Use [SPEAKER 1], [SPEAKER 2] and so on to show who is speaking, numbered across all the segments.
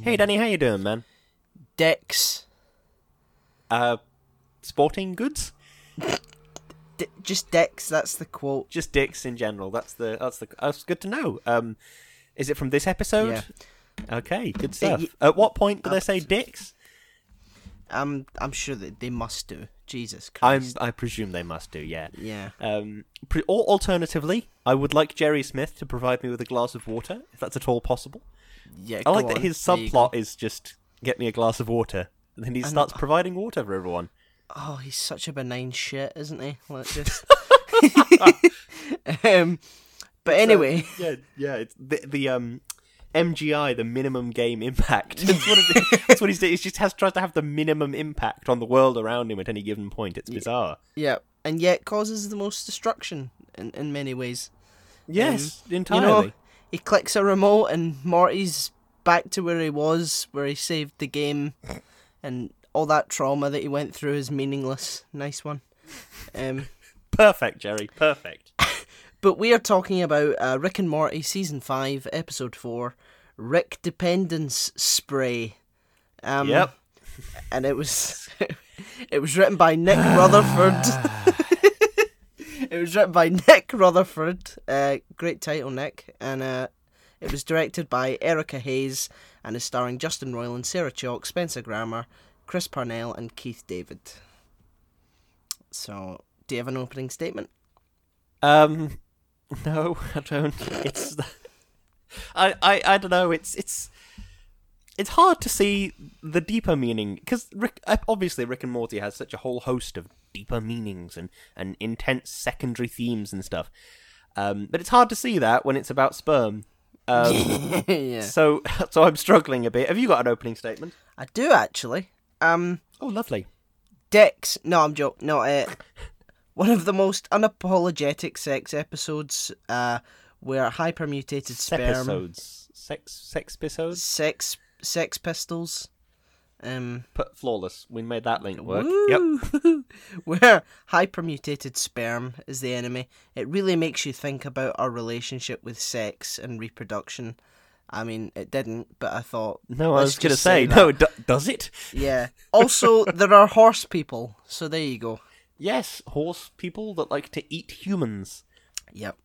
[SPEAKER 1] Hey Danny, how you doing, man?
[SPEAKER 2] Dex.
[SPEAKER 1] Uh, sporting goods?
[SPEAKER 2] D- just Dex, that's the quote.
[SPEAKER 1] Just dicks in general. That's the that's the that's good to know. Um, is it from this episode? Okay, good stuff.
[SPEAKER 2] y-
[SPEAKER 1] At what point do they say dicks?
[SPEAKER 2] I'm I'm sure that they must do. Jesus
[SPEAKER 1] I'm
[SPEAKER 2] Christ.
[SPEAKER 1] I presume they must do. Yeah.
[SPEAKER 2] Yeah.
[SPEAKER 1] Um, pre- or alternatively, I would like Jerry Smith to provide me with a glass of water, if that's at all possible.
[SPEAKER 2] Yeah.
[SPEAKER 1] I
[SPEAKER 2] go
[SPEAKER 1] like that
[SPEAKER 2] on.
[SPEAKER 1] his
[SPEAKER 2] There you go.
[SPEAKER 1] subplot is just get me a glass of water, and then he starts providing water for everyone.
[SPEAKER 2] Oh, he's such a benign shit, isn't he? Like just. um, but anyway,
[SPEAKER 1] yeah, yeah. It's the, the um, MGI, the minimum game impact. That's what, it, that's what he's doing. He just has tries to have the minimum impact on the world around him at any given point. It's bizarre.
[SPEAKER 2] yeah, and yet causes the most destruction in, in many ways.
[SPEAKER 1] Yes,
[SPEAKER 2] You
[SPEAKER 1] Mm-hmm. entirely.
[SPEAKER 2] know, he clicks a remote and Morty's back to where he was, where he saved the game, and all that trauma that he went through is meaningless. Nice one. Um,
[SPEAKER 1] Perfect, Jerry. Perfect.
[SPEAKER 2] But we are talking about uh, Rick and Morty season five, episode four, Rick Dependence Spray. Um,
[SPEAKER 1] yep.
[SPEAKER 2] And it was it was written by Nick Rutherford. it was written by Nick Rutherford. Uh, great title, Nick. And uh, it was directed by Erica Hayes and is starring Justin Roiland, Sarah Chalk, Spencer Grammer, Chris Parnell, and Keith David. So, do you have an opening statement?
[SPEAKER 1] Um, no, I don't. It's I, I, I don't know. It's it's it's hard to see the deeper meaning because Rick, uh, obviously Rick and Morty has such a whole host of deeper meanings and and intense secondary themes and stuff. Um, but it's hard to see that when it's about sperm. Um,
[SPEAKER 2] yeah.
[SPEAKER 1] so so I'm struggling a bit. Have you got an opening statement?
[SPEAKER 2] I do actually. Um,
[SPEAKER 1] Oh, lovely.
[SPEAKER 2] Dex. No, I'm joking. No, uh, one of the most unapologetic sex episodes, uh, where hypermutated sperm,
[SPEAKER 1] Episodes, sex, sex episodes.
[SPEAKER 2] sex, sex pistols, um,
[SPEAKER 1] Put flawless. We made that link work. Yep.
[SPEAKER 2] woo, where hypermutated sperm is the enemy. It really makes you think about our relationship with sex and reproduction. I mean, it didn't, but I thought.
[SPEAKER 1] No, I
[SPEAKER 2] let's
[SPEAKER 1] was gonna
[SPEAKER 2] just
[SPEAKER 1] say,
[SPEAKER 2] that.
[SPEAKER 1] no. Do, does it?
[SPEAKER 2] Yeah. Also, there are horse people, so there you go.
[SPEAKER 1] Yes, horse people that like to eat humans. uh,
[SPEAKER 2] Yep.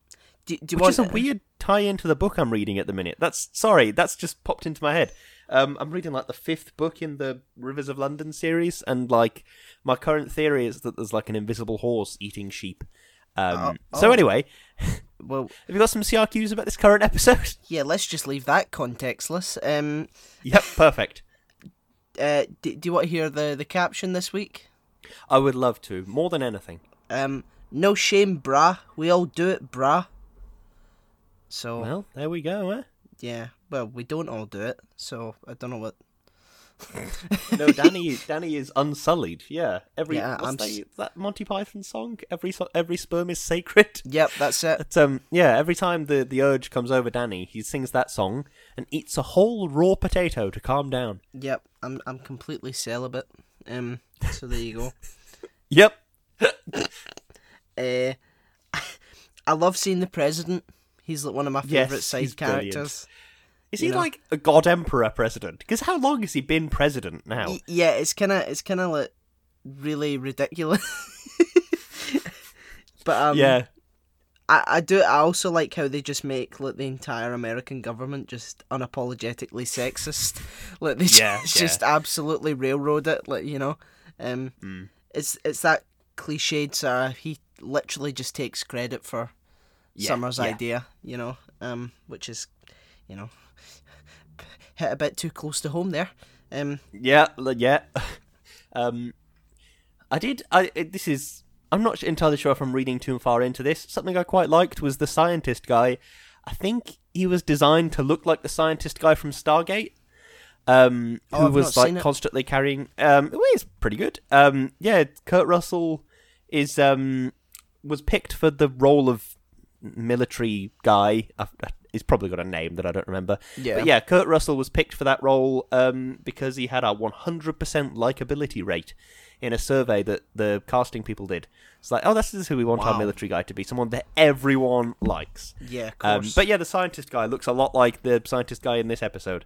[SPEAKER 2] Do, do you
[SPEAKER 1] Which
[SPEAKER 2] want
[SPEAKER 1] is a weird tie into the book I'm reading at the minute. That's sorry, that's just popped into my head. Um, I'm reading like the fifth book in the Rivers of London series, and like my current theory is that there's like an invisible horse eating sheep. Um,
[SPEAKER 2] Uh,
[SPEAKER 1] So
[SPEAKER 2] oh.
[SPEAKER 1] anyway,
[SPEAKER 2] Well,
[SPEAKER 1] have you got some CRQs about this current episode?
[SPEAKER 2] yeah, let's just leave that contextless. Um,
[SPEAKER 1] yep, perfect.
[SPEAKER 2] uh, do, do you want to hear the, the caption this week?
[SPEAKER 1] I would love to more than anything.
[SPEAKER 2] Um, no shame, brah. We all do it, brah. So
[SPEAKER 1] Well, there we go. Eh?
[SPEAKER 2] yeah, well, we don't all do it. So I don't know what.
[SPEAKER 1] No, Danny, Danny is unsullied. Yeah, every
[SPEAKER 2] Yeah,
[SPEAKER 1] what's
[SPEAKER 2] I'm s-
[SPEAKER 1] they- that Monty Python song. Every so- every sperm is sacred.
[SPEAKER 2] Yep, that's it.
[SPEAKER 1] But um, yeah, every time the, the urge comes over Danny, he sings that song and eats a whole raw potato to calm down.
[SPEAKER 2] Yep, I'm I'm completely celibate. Um, so there you go.
[SPEAKER 1] Yep.
[SPEAKER 2] Uh, I love seeing the president. He's like one of my
[SPEAKER 1] Yes,
[SPEAKER 2] favorite
[SPEAKER 1] he's
[SPEAKER 2] side
[SPEAKER 1] brilliant.
[SPEAKER 2] characters.
[SPEAKER 1] Is
[SPEAKER 2] You
[SPEAKER 1] he
[SPEAKER 2] know?
[SPEAKER 1] like a god emperor president? Because how long has he been president now?
[SPEAKER 2] Y- yeah, it's kind of it's kind of like really ridiculous. but um,
[SPEAKER 1] yeah.
[SPEAKER 2] I, I do. I also like how they just make like the entire American government just unapologetically sexist. Like they
[SPEAKER 1] Yeah,
[SPEAKER 2] just, just absolutely railroad it. Like you know, um,
[SPEAKER 1] Hmm.
[SPEAKER 2] it's it's that cliched. Sarah. He literally just takes credit for
[SPEAKER 1] Yeah,
[SPEAKER 2] Summer's
[SPEAKER 1] yeah.
[SPEAKER 2] idea. You know, um, which is, you know, hit a bit too close to home there. Um,
[SPEAKER 1] Yeah, l- yeah. um, I did. I it- this is. I'm not entirely sure if I'm reading too far into this. Something I quite liked was the scientist guy. I think he was designed to look like the scientist guy from Stargate. Um,
[SPEAKER 2] Oh,
[SPEAKER 1] who
[SPEAKER 2] I've
[SPEAKER 1] was
[SPEAKER 2] not
[SPEAKER 1] like
[SPEAKER 2] seen it.
[SPEAKER 1] constantly carrying. Um, well, he's pretty good. Um, yeah, Kurt Russell is um was picked for the role of military guy. I- I- He's probably got a name that I don't remember.
[SPEAKER 2] Yeah.
[SPEAKER 1] But yeah, Kurt Russell was picked for that role um, because he had a 100% likability rate in a survey that the casting people did. It's like, oh, this is who we want our
[SPEAKER 2] Wow.
[SPEAKER 1] military guy to be someone that everyone likes.
[SPEAKER 2] yeah, of
[SPEAKER 1] Um,
[SPEAKER 2] course.
[SPEAKER 1] but yeah, the scientist guy looks a lot like the scientist guy in this episode.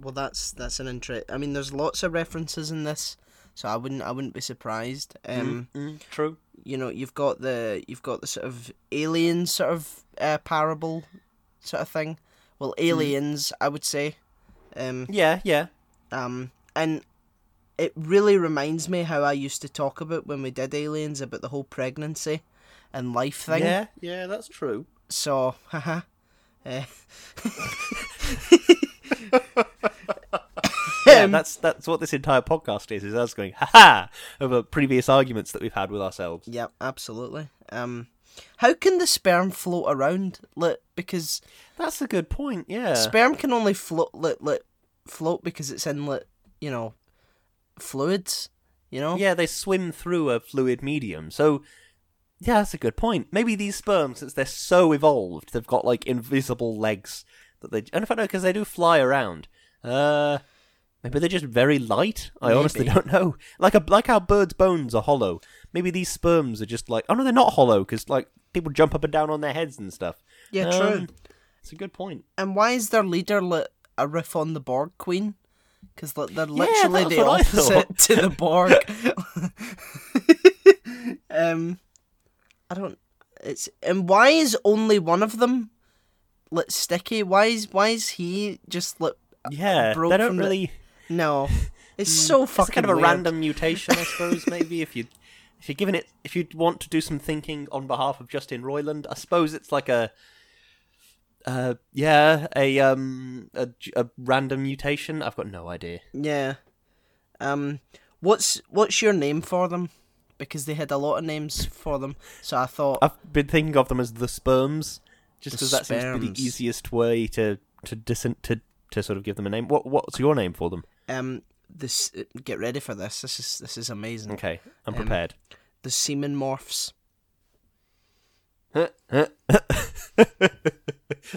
[SPEAKER 2] Well, that's that's an intro. I mean, there's lots of references in this, so I wouldn't I wouldn't be surprised. Um,
[SPEAKER 1] Mm, true.
[SPEAKER 2] you know, you've got the you've got the sort of alien sort of uh, parable sort of thing. Well,
[SPEAKER 1] Hmm.
[SPEAKER 2] aliens, I would say. Um,
[SPEAKER 1] Yeah, yeah.
[SPEAKER 2] um, and it really reminds me how I used to talk about when we did aliens about the whole pregnancy and life thing.
[SPEAKER 1] Yeah, yeah, that's true.
[SPEAKER 2] So, haha. Uh,
[SPEAKER 1] Yeah, that's that's what this entire podcast is, is us going, ha ha over previous arguments that we've had with ourselves.
[SPEAKER 2] yeah, absolutely. Um, how can the sperm float around? Like, because
[SPEAKER 1] That's a good point, yeah.
[SPEAKER 2] sperm can only float, like, like, float because it's in, like, you know, fluids. You know.
[SPEAKER 1] Yeah, they swim through a fluid medium. So, yeah, that's a good point. Maybe these sperm, since they're so evolved, they've got like invisible legs that they. And if I know, because they do fly around. Uh, maybe they're just very light. I honestly
[SPEAKER 2] Maybe.
[SPEAKER 1] don't know. Like a like how birds' bones are hollow. Maybe these sperms are just like. Oh no, they're not hollow because like people jump up and down on their heads and stuff.
[SPEAKER 2] Yeah,
[SPEAKER 1] Um,
[SPEAKER 2] true.
[SPEAKER 1] It's a good point.
[SPEAKER 2] And why is their leader like a riff on the Borg Queen? Because like, they're
[SPEAKER 1] Yeah,
[SPEAKER 2] literally
[SPEAKER 1] that's
[SPEAKER 2] the
[SPEAKER 1] what I thought.
[SPEAKER 2] opposite to the Borg. um, I don't. It's and why is only one of them like sticky? Why is why is he just like
[SPEAKER 1] Yeah,
[SPEAKER 2] broke
[SPEAKER 1] they don't
[SPEAKER 2] from the-
[SPEAKER 1] really.
[SPEAKER 2] no? It's so
[SPEAKER 1] Hmm. It's
[SPEAKER 2] fucking
[SPEAKER 1] kind of a
[SPEAKER 2] weird.
[SPEAKER 1] random mutation, I suppose. Maybe if you if you're given it, if you want to do some thinking on behalf of Justin Roiland, I suppose it's like a, uh, yeah, a um, a, j- a random mutation. I've got no idea.
[SPEAKER 2] Yeah. Um, what's what's your name for them? Because they had a lot of names for them, so I thought
[SPEAKER 1] I've been thinking of them as the sperms, just
[SPEAKER 2] The
[SPEAKER 1] because that seems to be the
[SPEAKER 2] sperms.
[SPEAKER 1] easiest way to to dis- to to sort of give them a name. What what's your name for them?
[SPEAKER 2] um this get ready for this. This is this is amazing.
[SPEAKER 1] Okay, I'm
[SPEAKER 2] Um,
[SPEAKER 1] prepared.
[SPEAKER 2] the semen morphs.
[SPEAKER 1] that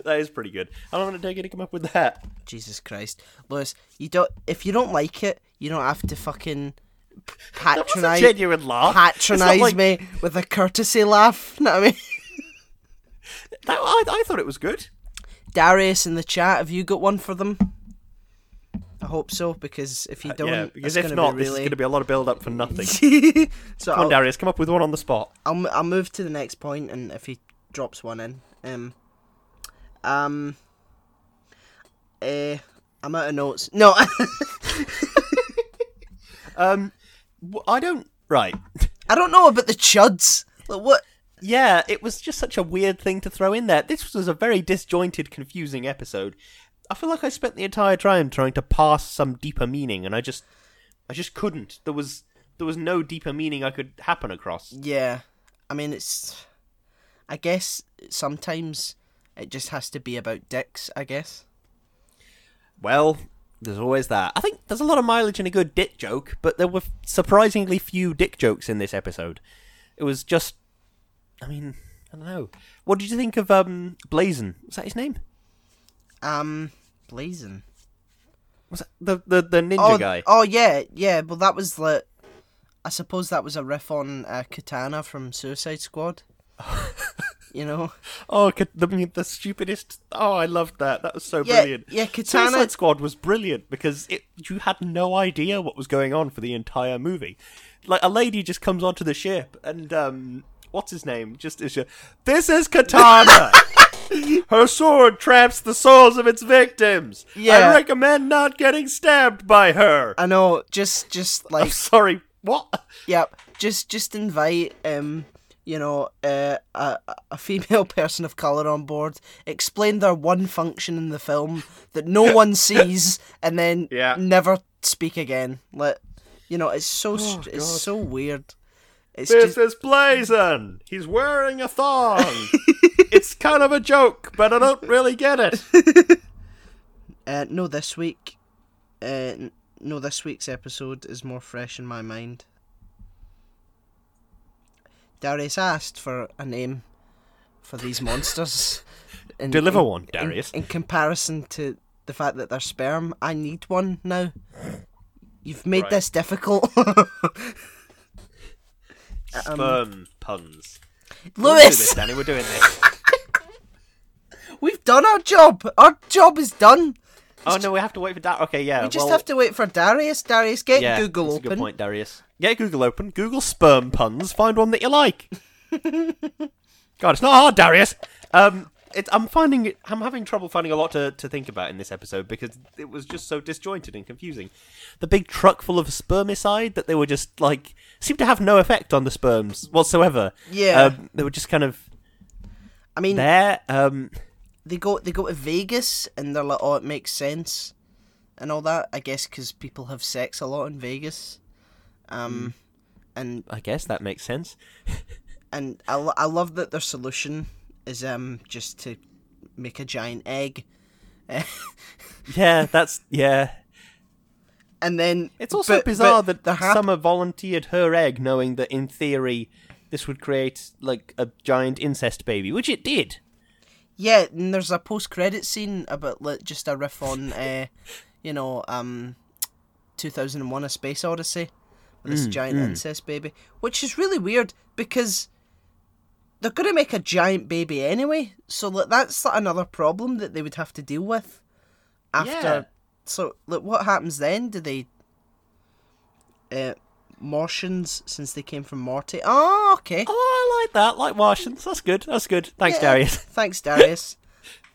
[SPEAKER 1] is pretty good. How long did it take you to come up with that?
[SPEAKER 2] Jesus Christ, Lewis, you don't. If you don't like it, you don't have to fucking p- patronize
[SPEAKER 1] That was a genuine laugh. It's
[SPEAKER 2] patronize
[SPEAKER 1] not like-
[SPEAKER 2] me with a courtesy laugh. Know what I mean?
[SPEAKER 1] That, I, I thought it was good.
[SPEAKER 2] Darius in the chat, have you got one for them? I hope so because if you don't,
[SPEAKER 1] Uh, yeah,
[SPEAKER 2] it's
[SPEAKER 1] because if
[SPEAKER 2] gonna
[SPEAKER 1] not,
[SPEAKER 2] be
[SPEAKER 1] this is
[SPEAKER 2] really...
[SPEAKER 1] going to be a lot of build up for nothing.
[SPEAKER 2] so
[SPEAKER 1] Come on,
[SPEAKER 2] I'll,
[SPEAKER 1] Darius, come up with one on the spot.
[SPEAKER 2] I'll mo- I'll move to the next point, and if he drops one in, um, um, eh, I'm out of notes. No,
[SPEAKER 1] Um, w- I don't. Right.
[SPEAKER 2] I don't know about the chuds. Like what?
[SPEAKER 1] Yeah, it was just such a weird thing to throw in there. This was a very disjointed, confusing episode. I feel like I spent the entire time trying to pass some deeper meaning, and I just, I just couldn't. There was, there was no deeper meaning I could happen across.
[SPEAKER 2] Yeah, I mean it's. I guess sometimes it just has to be about dicks. I guess.
[SPEAKER 1] Well, there's always that. I think there's a lot of mileage in a good dick joke, but there were surprisingly few dick jokes in this episode. It was just, I mean, I don't know. What did you think of um Blazon? Was that his name?
[SPEAKER 2] Um, blazing.
[SPEAKER 1] Was that the the, the ninja
[SPEAKER 2] Oh,
[SPEAKER 1] guy?
[SPEAKER 2] oh yeah, yeah. Well, that was like. I suppose that was a riff on uh, Katana from Suicide Squad. you know.
[SPEAKER 1] Oh, Ka- the the stupidest. Oh, I loved that. That was so
[SPEAKER 2] Yeah,
[SPEAKER 1] brilliant.
[SPEAKER 2] yeah. Katana.
[SPEAKER 1] Suicide Squad was brilliant because it you had no idea what was going on for the entire movie. Like a lady just comes onto the ship and um what's his name? Just is a- This is Katana. Her sword traps the souls of its victims.
[SPEAKER 2] Yeah.
[SPEAKER 1] I recommend not getting stabbed by her.
[SPEAKER 2] I know. Just, just like.
[SPEAKER 1] I'm sorry. What?
[SPEAKER 2] Yep. Just just invite um you know uh, a a female person of color on board. Explain their one function in the film that no one sees, and then
[SPEAKER 1] Yeah. Oh,
[SPEAKER 2] never speak again. Like you know, it's so st- it's
[SPEAKER 1] God.
[SPEAKER 2] so weird. It's
[SPEAKER 1] This
[SPEAKER 2] just
[SPEAKER 1] is Blazon. He's wearing a thong. it's kind of a joke, but I don't really get it.
[SPEAKER 2] uh, no this week. Uh, n- no, this week's episode is more fresh in my mind. Darius asked for a name for these monsters. In-
[SPEAKER 1] Deliver
[SPEAKER 2] in-
[SPEAKER 1] one,
[SPEAKER 2] in-
[SPEAKER 1] Darius.
[SPEAKER 2] In, comparison to the fact that they're sperm, I need one now. You've made
[SPEAKER 1] Right.
[SPEAKER 2] this difficult.
[SPEAKER 1] Sperm puns. We're doing this,
[SPEAKER 2] Um, Lewis,
[SPEAKER 1] Danny. We're doing this.
[SPEAKER 2] we've done our job. Our job is done.
[SPEAKER 1] Oh no, we have to wait for that. Okay, yeah.
[SPEAKER 2] We just
[SPEAKER 1] Uh, well,
[SPEAKER 2] have to wait for Darius. Darius, get
[SPEAKER 1] yeah,
[SPEAKER 2] Google
[SPEAKER 1] that's
[SPEAKER 2] open.
[SPEAKER 1] A good point, Darius. Get Google open. Google sperm puns. Find one that you like. God, it's not hard, Darius. Um, it, I'm finding it, I'm having trouble finding a lot to, to think about in this episode because it was just so disjointed and confusing. The big truck full of spermicide that they were just like seemed to have no effect on the sperms whatsoever.
[SPEAKER 2] Yeah.
[SPEAKER 1] um, they were just kind of
[SPEAKER 2] I mean,
[SPEAKER 1] there. Um,
[SPEAKER 2] they go they go to Vegas and they're like, oh, it makes sense, and all that. I guess because people have sex a lot in Vegas,
[SPEAKER 1] Hmm.
[SPEAKER 2] um, and
[SPEAKER 1] I guess that makes sense.
[SPEAKER 2] and I, lo- I love that their solution is um just to make a giant egg,
[SPEAKER 1] Yeah, that's yeah.
[SPEAKER 2] and then
[SPEAKER 1] It's also
[SPEAKER 2] but- but
[SPEAKER 1] bizarre that
[SPEAKER 2] they're hap-
[SPEAKER 1] Summer volunteered her egg, knowing that in theory this would create like a giant incest baby, which it did.
[SPEAKER 2] Yeah, and there's a post-credit scene about like, just a riff on, uh, you know, um, 2001: A Space Odyssey, with this giant incest baby, which is really weird because they're gonna make a giant baby anyway. So like, that's like, another problem that they would have to deal with after.
[SPEAKER 1] Yeah.
[SPEAKER 2] So like, what happens then? Do they? Uh, Martians, since they came from Morty. Oh, okay.
[SPEAKER 1] Oh, I like that. Like Martians. That's good. That's good. Thanks,
[SPEAKER 2] Yeah.
[SPEAKER 1] Darius.
[SPEAKER 2] Thanks, Darius.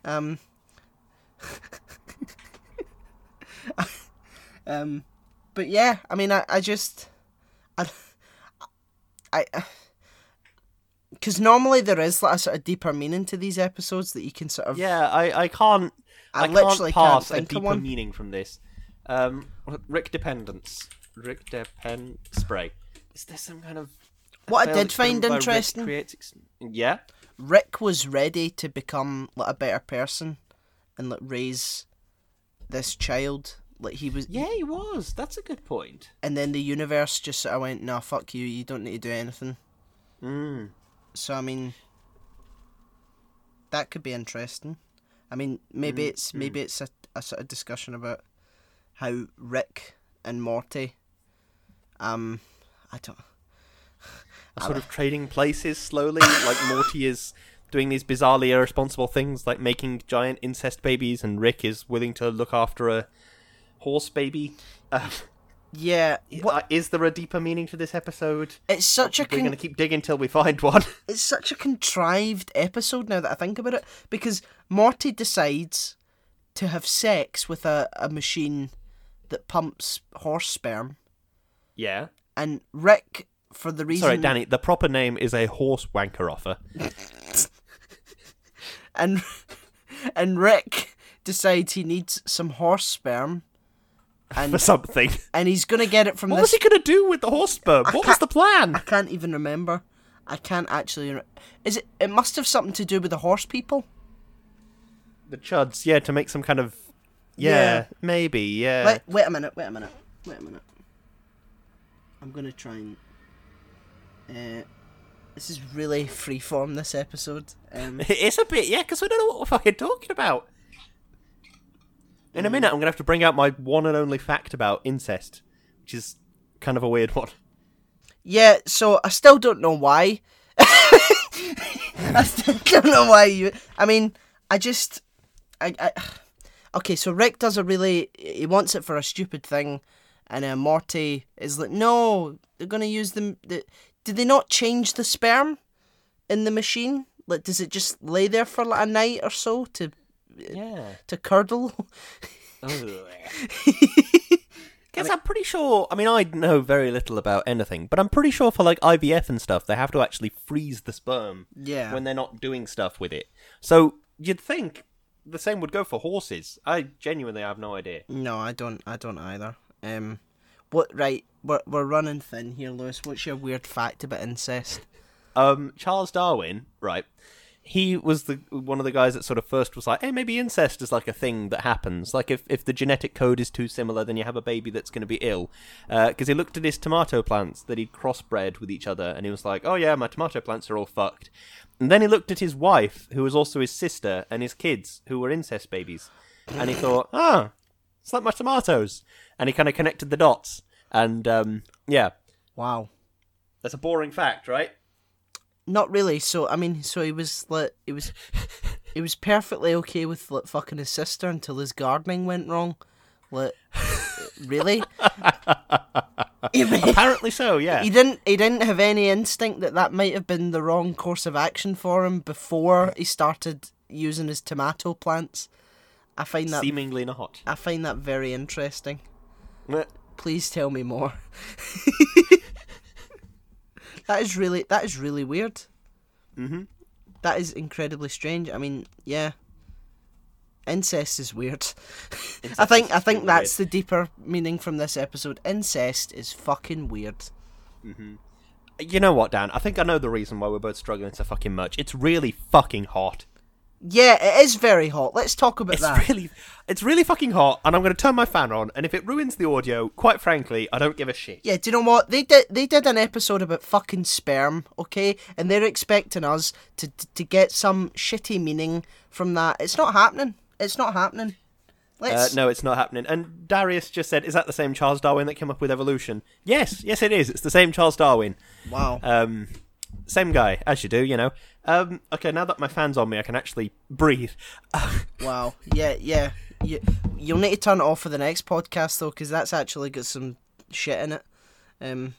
[SPEAKER 2] um, um, but yeah, I mean, I, I just, I, I, because normally there is like a sort of deeper meaning to these episodes that you can sort of.
[SPEAKER 1] Yeah, I, I can't.
[SPEAKER 2] I
[SPEAKER 1] I,
[SPEAKER 2] literally
[SPEAKER 1] can't pass
[SPEAKER 2] can't think
[SPEAKER 1] a
[SPEAKER 2] of
[SPEAKER 1] deeper
[SPEAKER 2] one.
[SPEAKER 1] meaning from this. Um, Rick dependence. Rick depend spray. Is there some kind of
[SPEAKER 2] What I
[SPEAKER 1] failed
[SPEAKER 2] did find
[SPEAKER 1] experiment by Rick
[SPEAKER 2] interesting-
[SPEAKER 1] creates ex- yeah.
[SPEAKER 2] Rick was ready to become like a better person, and like raise this child. Like he was,
[SPEAKER 1] Yeah, he was. That's a good point.
[SPEAKER 2] and then the universe just sort of went, "Nah, fuck you. You don't need to do anything."
[SPEAKER 1] Mm.
[SPEAKER 2] So I mean, that could be interesting. I mean, maybe
[SPEAKER 1] Mm,
[SPEAKER 2] it's maybe it's a, a sort of discussion about how Rick and Morty, um, I don't.
[SPEAKER 1] are sort of trading places slowly. like Morty is doing these bizarrely irresponsible things, like making giant incest babies, and Rick is willing to look after a horse baby. Uh,
[SPEAKER 2] Yeah,
[SPEAKER 1] what is there a deeper meaning to this episode?
[SPEAKER 2] it's such a
[SPEAKER 1] We're
[SPEAKER 2] con-
[SPEAKER 1] going to keep digging till we find one.
[SPEAKER 2] it's such a contrived episode now that I think about it because Morty decides to have sex with a, a machine that pumps horse sperm,
[SPEAKER 1] yeah.
[SPEAKER 2] and Rick, for the reason
[SPEAKER 1] Sorry, Danny. The proper name is a horse wanker offer.
[SPEAKER 2] and and Rick decides he needs some horse sperm,
[SPEAKER 1] For something.
[SPEAKER 2] and he's gonna get it from
[SPEAKER 1] What was
[SPEAKER 2] this.
[SPEAKER 1] he going to do with the horse sperm? What was the plan?
[SPEAKER 2] I can't even remember. I can't actually. Re- Is it? It must have something to do with the horse people.
[SPEAKER 1] The chuds, yeah, to make some kind of. Yeah,
[SPEAKER 2] Yeah.
[SPEAKER 1] maybe, yeah.
[SPEAKER 2] Wait, wait a minute. Wait a minute. Wait a minute. I'm gonna try and. Uh, this is really freeform. This episode. Um,
[SPEAKER 1] It's a bit, yeah, because we don't know what we're fucking talking about. In a minute, I'm going to have to bring out my one and only fact about incest, which is kind of a weird one.
[SPEAKER 2] yeah. So I still don't know why. I still don't know why you. I mean, I just, I, I, okay. So Rick does a really. He wants it for a stupid thing, and uh, Morty is like, "No, they're gonna use them. The, did they not change the sperm in the machine? Like, does it just lay there for like a night or so to
[SPEAKER 1] Yeah.
[SPEAKER 2] to curdle?"
[SPEAKER 1] Because I'm pretty sure, I mean, I know very little about anything, but I'm pretty sure for like IVF and stuff, they have to actually freeze the sperm
[SPEAKER 2] Yeah.
[SPEAKER 1] when they're not doing stuff with it. So you'd think the same would go for horses. I genuinely have no idea.
[SPEAKER 2] No, I don't. I don't either. Um, what? Right, we're we're running thin here, Lewis. What's your weird fact about incest?
[SPEAKER 1] um, Charles Darwin, right? He was the one of the guys that sort of first was like, "Hey, maybe incest is like a thing that happens. Like if, if the genetic code is too similar, then you have a baby that's going to be ill." Because he looked at his tomato plants that he'd crossbred with each other, and he was like, "Oh yeah, my tomato plants are all fucked." And then he looked at his wife, who was also his sister, and his kids, who were incest babies, and he thought, "Ah, it's like my tomatoes." And he kind of connected the dots, and um, yeah,
[SPEAKER 2] Wow.
[SPEAKER 1] that's a boring fact, right?
[SPEAKER 2] Not really. So I mean, so he was like, he was, he was perfectly okay with like, fucking his sister until his gardening went wrong. Like, really? he,
[SPEAKER 1] Apparently so, yeah.
[SPEAKER 2] he didn't. He didn't have any instinct that that might have been the wrong course of action for him before he started using his tomato plants. I find that
[SPEAKER 1] Seemingly not.
[SPEAKER 2] I find that very interesting.
[SPEAKER 1] Uh,
[SPEAKER 2] Please tell me more. that is really that is really weird. Mm-hmm. is incredibly strange. I mean, yeah. Incest is weird. I think I think
[SPEAKER 1] really
[SPEAKER 2] that's the deeper meaning from this episode. Incest is fucking weird.
[SPEAKER 1] You know what, Dan? I think I know the reason why we're both struggling so fucking much. It's really fucking hot.
[SPEAKER 2] Yeah, it is very hot. Let's talk about
[SPEAKER 1] It's
[SPEAKER 2] that.
[SPEAKER 1] really, it's really fucking hot, and I'm going to turn my fan on. And if it ruins the audio, quite frankly, I don't give a shit.
[SPEAKER 2] Yeah, do you know what they did? They did an episode about fucking sperm, okay, and they're expecting us to to get some shitty meaning from that. It's not happening. It's not happening.
[SPEAKER 1] Uh,
[SPEAKER 2] Let's
[SPEAKER 1] no, it's not happening. And Darius just said, "Is that the same Charles Darwin that came up with evolution?" Yes, yes, it is. It's the same Charles Darwin.
[SPEAKER 2] wow.
[SPEAKER 1] Um, same guy, as you do, you know. Um, okay, now that my fan's on me, I can actually breathe.
[SPEAKER 2] Wow. Yeah, yeah. You, you'll need to turn it off for the next podcast though, because that's actually got some shit in it. Um,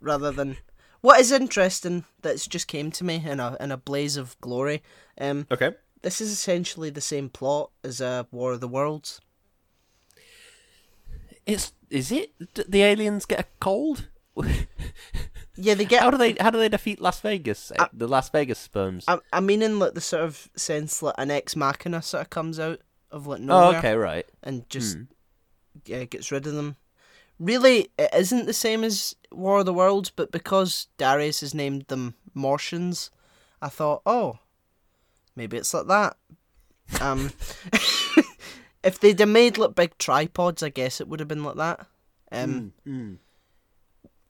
[SPEAKER 2] rather than what is interesting that's just came to me in a in a blaze of glory. Um,
[SPEAKER 1] Okay.
[SPEAKER 2] this is essentially the same plot as uh, War of the Worlds.
[SPEAKER 1] It's is it D- the aliens get a cold?
[SPEAKER 2] Yeah, they get
[SPEAKER 1] how do they how do they defeat Las Vegas? uh, the Las Vegas sperms.
[SPEAKER 2] I, I mean, in like the sort of sense, like an ex machina sort of comes out of like
[SPEAKER 1] oh,
[SPEAKER 2] nowhere
[SPEAKER 1] okay, Hmm. right.
[SPEAKER 2] and just yeah uh, gets rid of them. Really, it isn't the same as War of the Worlds, but because Darius has named them Martians, I thought, oh, maybe it's like that. Um, if they'd have made like big tripods, I guess it would have been like that. Um,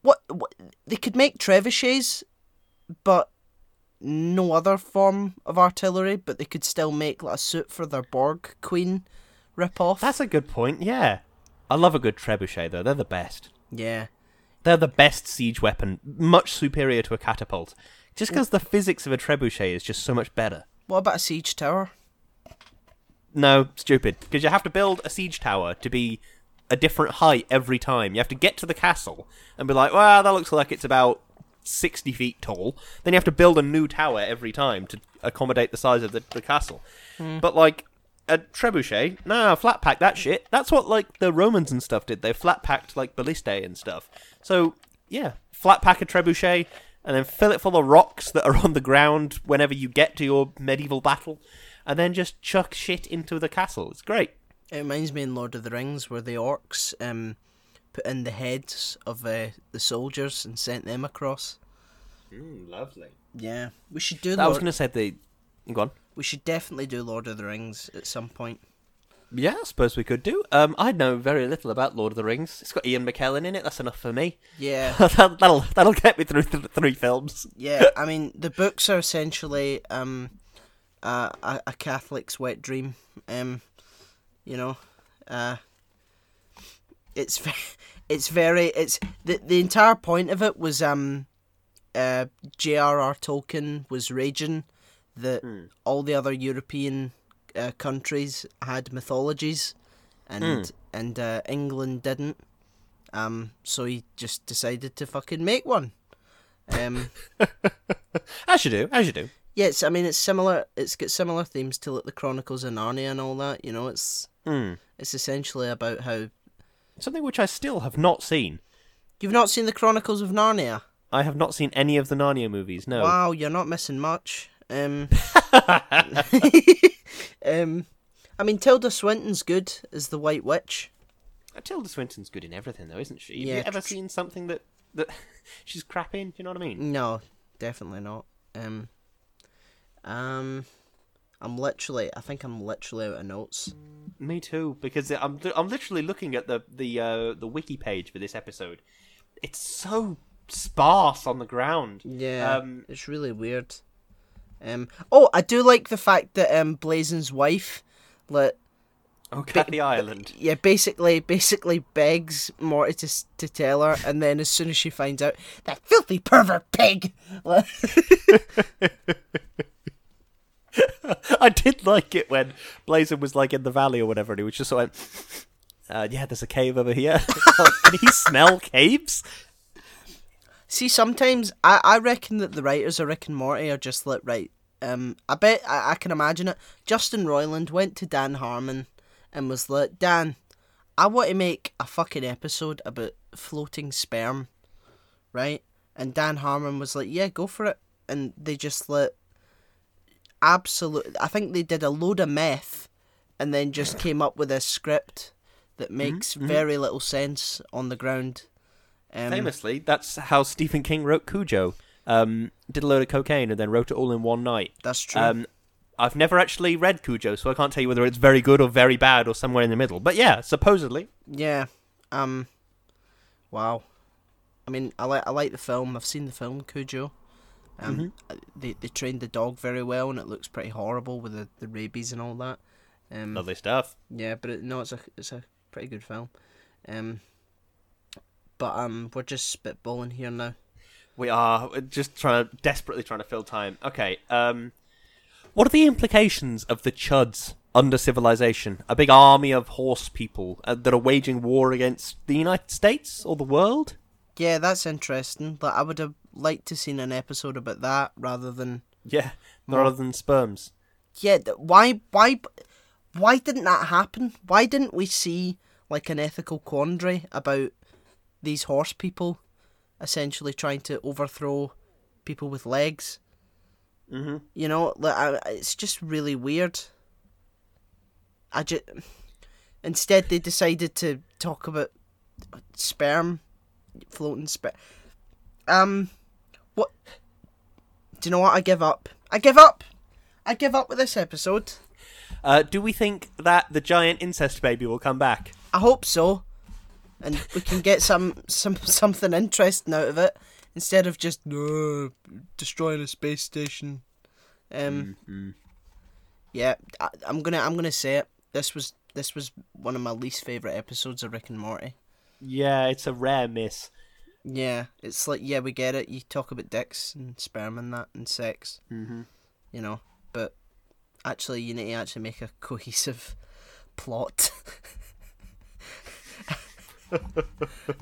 [SPEAKER 2] What, what they could make trebuchets, but no other form of artillery. But they could still make like a suit for their Borg Queen ripoff.
[SPEAKER 1] That's a good point. Yeah, I love a good trebuchet though. They're the best.
[SPEAKER 2] yeah.
[SPEAKER 1] They're the best siege weapon, much superior to a catapult. Just because the physics of a trebuchet is just so much better.
[SPEAKER 2] What about a siege tower?
[SPEAKER 1] No, stupid. Because you have to build a siege tower to be a different height every time. You have to get to the castle and be like, well, that looks like it's about 60 feet tall. Then you have to build a new tower every time to accommodate the size of the, the castle. But, like, a trebuchet, nah, flat pack that shit. That's what, like, the Romans and stuff did. They flat packed, like, ballistae and stuff. So, yeah, flat pack a trebuchet and then fill it full of rocks that are on the ground whenever you get to your medieval battle and then just chuck shit into the castle. It's great.
[SPEAKER 2] It reminds me in Lord of the Rings where the orcs um, put in the heads of uh, the soldiers and sent them across.
[SPEAKER 1] lovely.
[SPEAKER 2] Yeah, we should do.
[SPEAKER 1] I was
[SPEAKER 2] Lord-
[SPEAKER 1] going to say the. Go on.
[SPEAKER 2] We should definitely do Lord of the Rings at some point.
[SPEAKER 1] Yeah, I suppose we could do. Um, I know very little about Lord of the Rings. It's got Ian McKellen in it. That's enough for me.
[SPEAKER 2] Yeah,
[SPEAKER 1] that'll that'll that'll get me through th- three films.
[SPEAKER 2] yeah. I mean, the books are essentially um, uh, a, a Catholic's wet dream. Um, you know, uh, it's ve- it's very it's the the entire point of it was um, uh, J.R.R. Tolkien was raging that all the other European uh, countries had mythologies, and and uh, England didn't. Um, so he just decided to fucking make one. Um.
[SPEAKER 1] As you do, as you do.
[SPEAKER 2] Yeah, it's, I mean, it's similar. It's got similar themes to like the Chronicles of Narnia and all that. You know, it's it's essentially about how
[SPEAKER 1] Something which I still have not seen.
[SPEAKER 2] you've not seen the Chronicles of Narnia.
[SPEAKER 1] I have not seen any of the Narnia movies. No.
[SPEAKER 2] Wow, you're not missing much. Um, um, I mean, Tilda Swinton's good as the White Witch.
[SPEAKER 1] Uh, Tilda Swinton's good in everything, though, isn't she?
[SPEAKER 2] Yeah.
[SPEAKER 1] Have you ever seen something that that she's crap in? Do you know what I mean?
[SPEAKER 2] No, definitely not. Um, um, I'm literally. I think I'm literally out of notes.
[SPEAKER 1] Me too, because I'm I'm literally looking at the the uh, the wiki page for this episode. It's so sparse on the ground.
[SPEAKER 2] Yeah,
[SPEAKER 1] Um,
[SPEAKER 2] it's really weird. Um, oh, I do like the fact that um, Blazen's wife, like,
[SPEAKER 1] oh, Cathy Island.
[SPEAKER 2] yeah, basically, basically begs Morty to s- to tell her, and then as soon as she finds out, that filthy pervert pig. like-
[SPEAKER 1] I did like it when Blazer was like in the valley or whatever, and he was just sort of like, uh, "Yeah, there's a cave over here." Like, Can he smell caves?
[SPEAKER 2] See, sometimes I, I reckon that the writers of Rick and Morty are just like, right, um, I bet I, I can imagine it. Justin Roiland went to Dan Harmon and was like, Dan, I want to make a fucking episode about floating sperm, right? And Dan Harmon was like, yeah, go for it. And they just let absolute. I think they did a load of meth and then just came up with a script that makes very little sense on the ground. Um,
[SPEAKER 1] Famously, that's how Stephen King wrote Cujo. Um, did a load of cocaine and then wrote it all in one night.
[SPEAKER 2] That's true.
[SPEAKER 1] Um, I've never actually read Cujo, so I can't tell you whether it's very good or very bad or somewhere in the middle. But yeah, supposedly.
[SPEAKER 2] Yeah. Um. Wow. I mean, I like I like the film. I've seen the film Cujo. Um, uh, they they trained the dog very well, and it looks pretty horrible with the, the rabies and all that. Um,
[SPEAKER 1] Lovely stuff.
[SPEAKER 2] yeah, but it, no, it's a it's a pretty good film. Um. But um, we're just spitballing here now.
[SPEAKER 1] We are just trying to, desperately trying to fill time. Okay. Um, what are the implications of the Chuds under civilization? A big army of horse people uh, that are waging war against the United States or the world?
[SPEAKER 2] Yeah, that's interesting. Like, I would have liked to seen an episode about that rather than
[SPEAKER 1] Yeah, rather than sperms.
[SPEAKER 2] yeah th- why why why didn't that happen why didn't we see like an ethical quandary about these horse people essentially trying to overthrow people with legs mm-hmm. you know like, I- I- it's just really weird i just instead they decided to talk about sperm floating sperm um what do you know what i give up i give up I give up with this episode.
[SPEAKER 1] Uh, do we think that the giant incest baby will come back?
[SPEAKER 2] I hope so, and we can get some some something interesting out of it instead of just "No, destroying a space station. Um, yeah, I, I'm gonna I'm gonna say it. This was this was one of my least favorite episodes of Rick and Morty.
[SPEAKER 1] Yeah, it's a rare miss.
[SPEAKER 2] Yeah, it's like yeah, we get it. You talk about dicks and sperm and that and sex, mm-hmm. you know. But actually, you need to actually make a cohesive plot.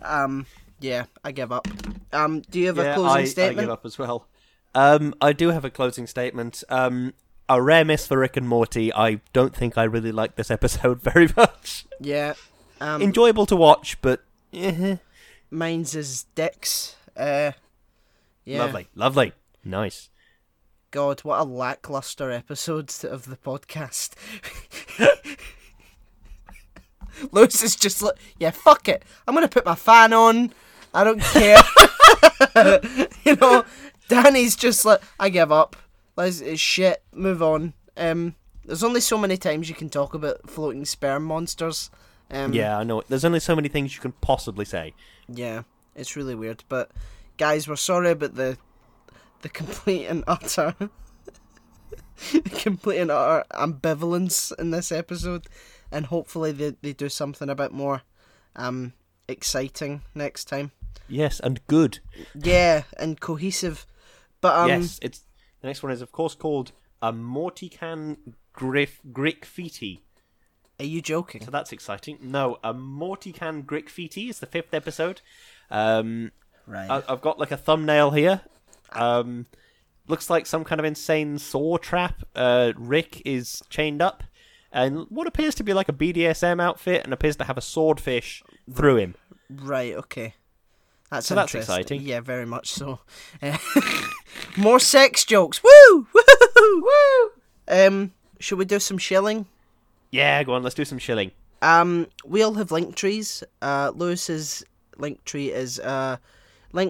[SPEAKER 2] um, yeah, I give up. Um, do you have a
[SPEAKER 1] yeah,
[SPEAKER 2] closing
[SPEAKER 1] I,
[SPEAKER 2] statement?
[SPEAKER 1] I give up as well. Um, I do have a closing statement. Um, a rare miss for Rick and Morty. I don't think I really like this episode very much.
[SPEAKER 2] Yeah, um,
[SPEAKER 1] Enjoyable to watch, but eh.
[SPEAKER 2] mine's is dicks. Uh, yeah.
[SPEAKER 1] lovely, lovely, nice.
[SPEAKER 2] God, what a lackluster episode of the podcast. Lewis is just like, yeah, fuck it. I'm gonna put my fan on. I don't care. you know, Danny's just like, I give up. Let's it's shit. Move on. Um, there's only so many times you can talk about floating sperm monsters. Um,
[SPEAKER 1] Yeah, I know. There's only so many things you can possibly say.
[SPEAKER 2] yeah, it's really weird. But guys, we're sorry about the the complete and utter complete and utter ambivalence in this episode, and hopefully they they do something a bit more um exciting next time.
[SPEAKER 1] Yes, and good.
[SPEAKER 2] Yeah, and cohesive. But um,
[SPEAKER 1] yes, it's the next one is of course called a Mortican Griff Grickfiti.
[SPEAKER 2] are you joking?
[SPEAKER 1] So that's exciting. No, a Mortican Grickfiti is the fifth episode. Um,
[SPEAKER 2] Right.
[SPEAKER 1] I, I've got like a thumbnail here. Um, looks like some kind of insane saw trap. Uh, Rick is chained up, and what appears to be like a BDSM outfit, and appears to have a swordfish through him.
[SPEAKER 2] Right. Okay. That's
[SPEAKER 1] So that's
[SPEAKER 2] interesting.
[SPEAKER 1] exciting.
[SPEAKER 2] Yeah, very much so. Eh, More sex jokes. Woo! Woo! Woo! Um, should we do some shilling?
[SPEAKER 1] Yeah, go on. Let's do some shilling.
[SPEAKER 2] Um, we all have link trees. Uh, Lewis's link tree is uh,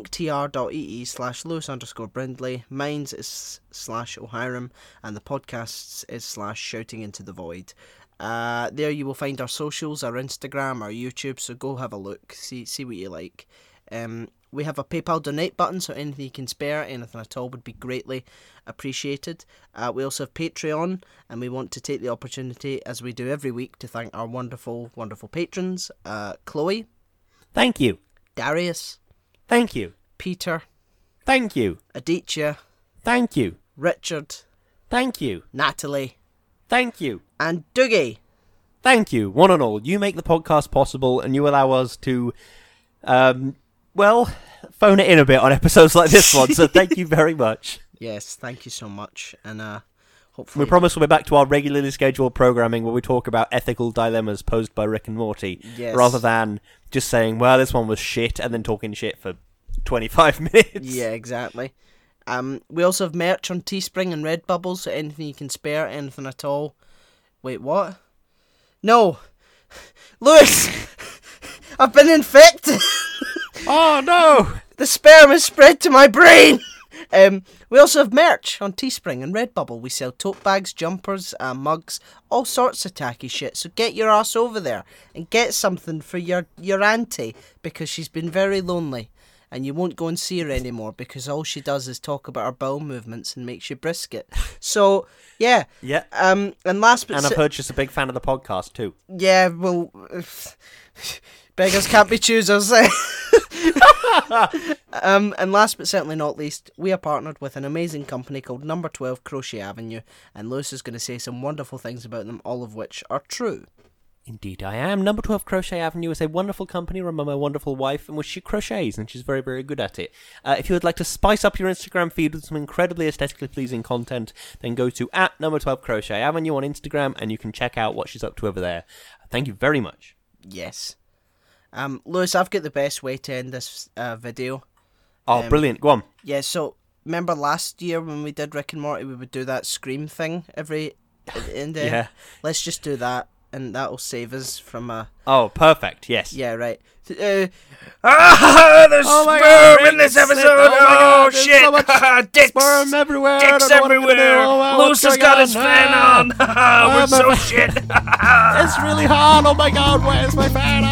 [SPEAKER 2] linktr.ee slash Lewis underscore Brindley. Mine's is slash O'Hiram, and the podcast's is slash shouting into the void. Uh, there you will find our socials, our Instagram, our YouTube. So go have a look, see see what you like. Um, we have a PayPal donate button, so anything you can spare, anything at all, would be greatly appreciated. Uh, we also have Patreon, and we want to take the opportunity, as we do every week, to thank our wonderful, wonderful patrons uh, Chloe,
[SPEAKER 1] Thank you,
[SPEAKER 2] Darius,
[SPEAKER 1] thank you,
[SPEAKER 2] Peter,
[SPEAKER 1] thank you,
[SPEAKER 2] Aditya,
[SPEAKER 1] thank you,
[SPEAKER 2] Richard,
[SPEAKER 1] thank you,
[SPEAKER 2] Natalie,
[SPEAKER 1] Thank you.
[SPEAKER 2] and Doogie.
[SPEAKER 1] Thank you, one and all. You make the podcast possible, and you allow us to, um, well, phone it in a bit on episodes like this one. So thank you very much.
[SPEAKER 2] Yes, thank you so much, and uh, hopefully
[SPEAKER 1] We promise we'll be back to our regularly scheduled programming where we talk about ethical dilemmas posed by Rick and Morty,
[SPEAKER 2] Yes.
[SPEAKER 1] rather than just saying, "Well, this one was shit," and then talking shit for twenty-five minutes.
[SPEAKER 2] Yeah, exactly. Um, we also have merch on Teespring and Redbubble, so anything you can spare, anything at all. Wait, what? No, Lewis, I've been infected.
[SPEAKER 1] Oh no!
[SPEAKER 2] the sperm has spread to my brain. Um, we also have merch on Teespring and Redbubble. We sell tote bags, jumpers, uh, mugs, all sorts of tacky shit. So get your ass over there and get something for your your auntie because she's been very lonely, and you won't go and see her anymore because all she does is talk about her bowel movements and makes you brisket. So yeah,
[SPEAKER 1] Yeah,
[SPEAKER 2] um, and last but
[SPEAKER 1] and
[SPEAKER 2] cer-
[SPEAKER 1] I've heard she's a big fan of the podcast too.
[SPEAKER 2] yeah, well, beggars can't be choosers. eh? um, and last but certainly not least, we are partnered with an amazing company called Number 12 Crochet Avenue, and Lewis is going to say some wonderful things about them, all of which are true.
[SPEAKER 1] Indeed, I am. Number 12 Crochet Avenue is a wonderful company run by my wonderful wife in which she crochets, and she's very, very good at it. Uh, if you would like to spice up your Instagram feed with some incredibly aesthetically pleasing content, then go to at number 12 Crochet Avenue on Instagram and you can check out what she's up to over there. Thank you very much.
[SPEAKER 2] Yes. Um, Lewis, I've got the best way to end this uh, video.
[SPEAKER 1] Oh, brilliant. Go on.
[SPEAKER 2] Yeah, so remember last year when we did Rick and Morty, we would do that scream thing every at the end. uh,
[SPEAKER 1] Yeah.
[SPEAKER 2] Let's just do that, and that'll save us from a.
[SPEAKER 1] Oh, perfect. Yes.
[SPEAKER 2] Yeah, right. Th- Uh, ah, there's
[SPEAKER 1] Oh my God,
[SPEAKER 2] sperm in
[SPEAKER 1] Rick
[SPEAKER 2] this
[SPEAKER 1] said-
[SPEAKER 2] episode.
[SPEAKER 1] oh
[SPEAKER 2] Oh,
[SPEAKER 1] my God, there's
[SPEAKER 2] shit!
[SPEAKER 1] so much
[SPEAKER 2] dicks,
[SPEAKER 1] Sperm everywhere. I don't
[SPEAKER 2] dicks
[SPEAKER 1] know what I'm gonna
[SPEAKER 2] everywhere.
[SPEAKER 1] do. Oh, wow,
[SPEAKER 2] Lewis
[SPEAKER 1] what's
[SPEAKER 2] has
[SPEAKER 1] going
[SPEAKER 2] got his fan
[SPEAKER 1] Ah.
[SPEAKER 2] on. We're
[SPEAKER 1] I'm a-
[SPEAKER 2] so shit.
[SPEAKER 1] It's really hard. Oh my god, where's my fan?